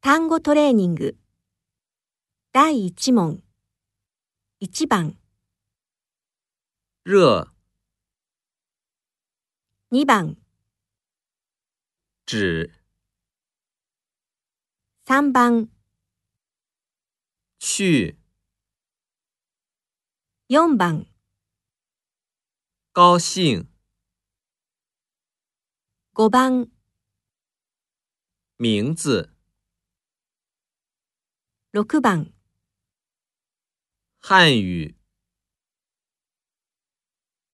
単語トレーニング。第1問。1番、热、 2番、止、 3番、去、 4番、高兴、 5番、名字、 6番。汉语。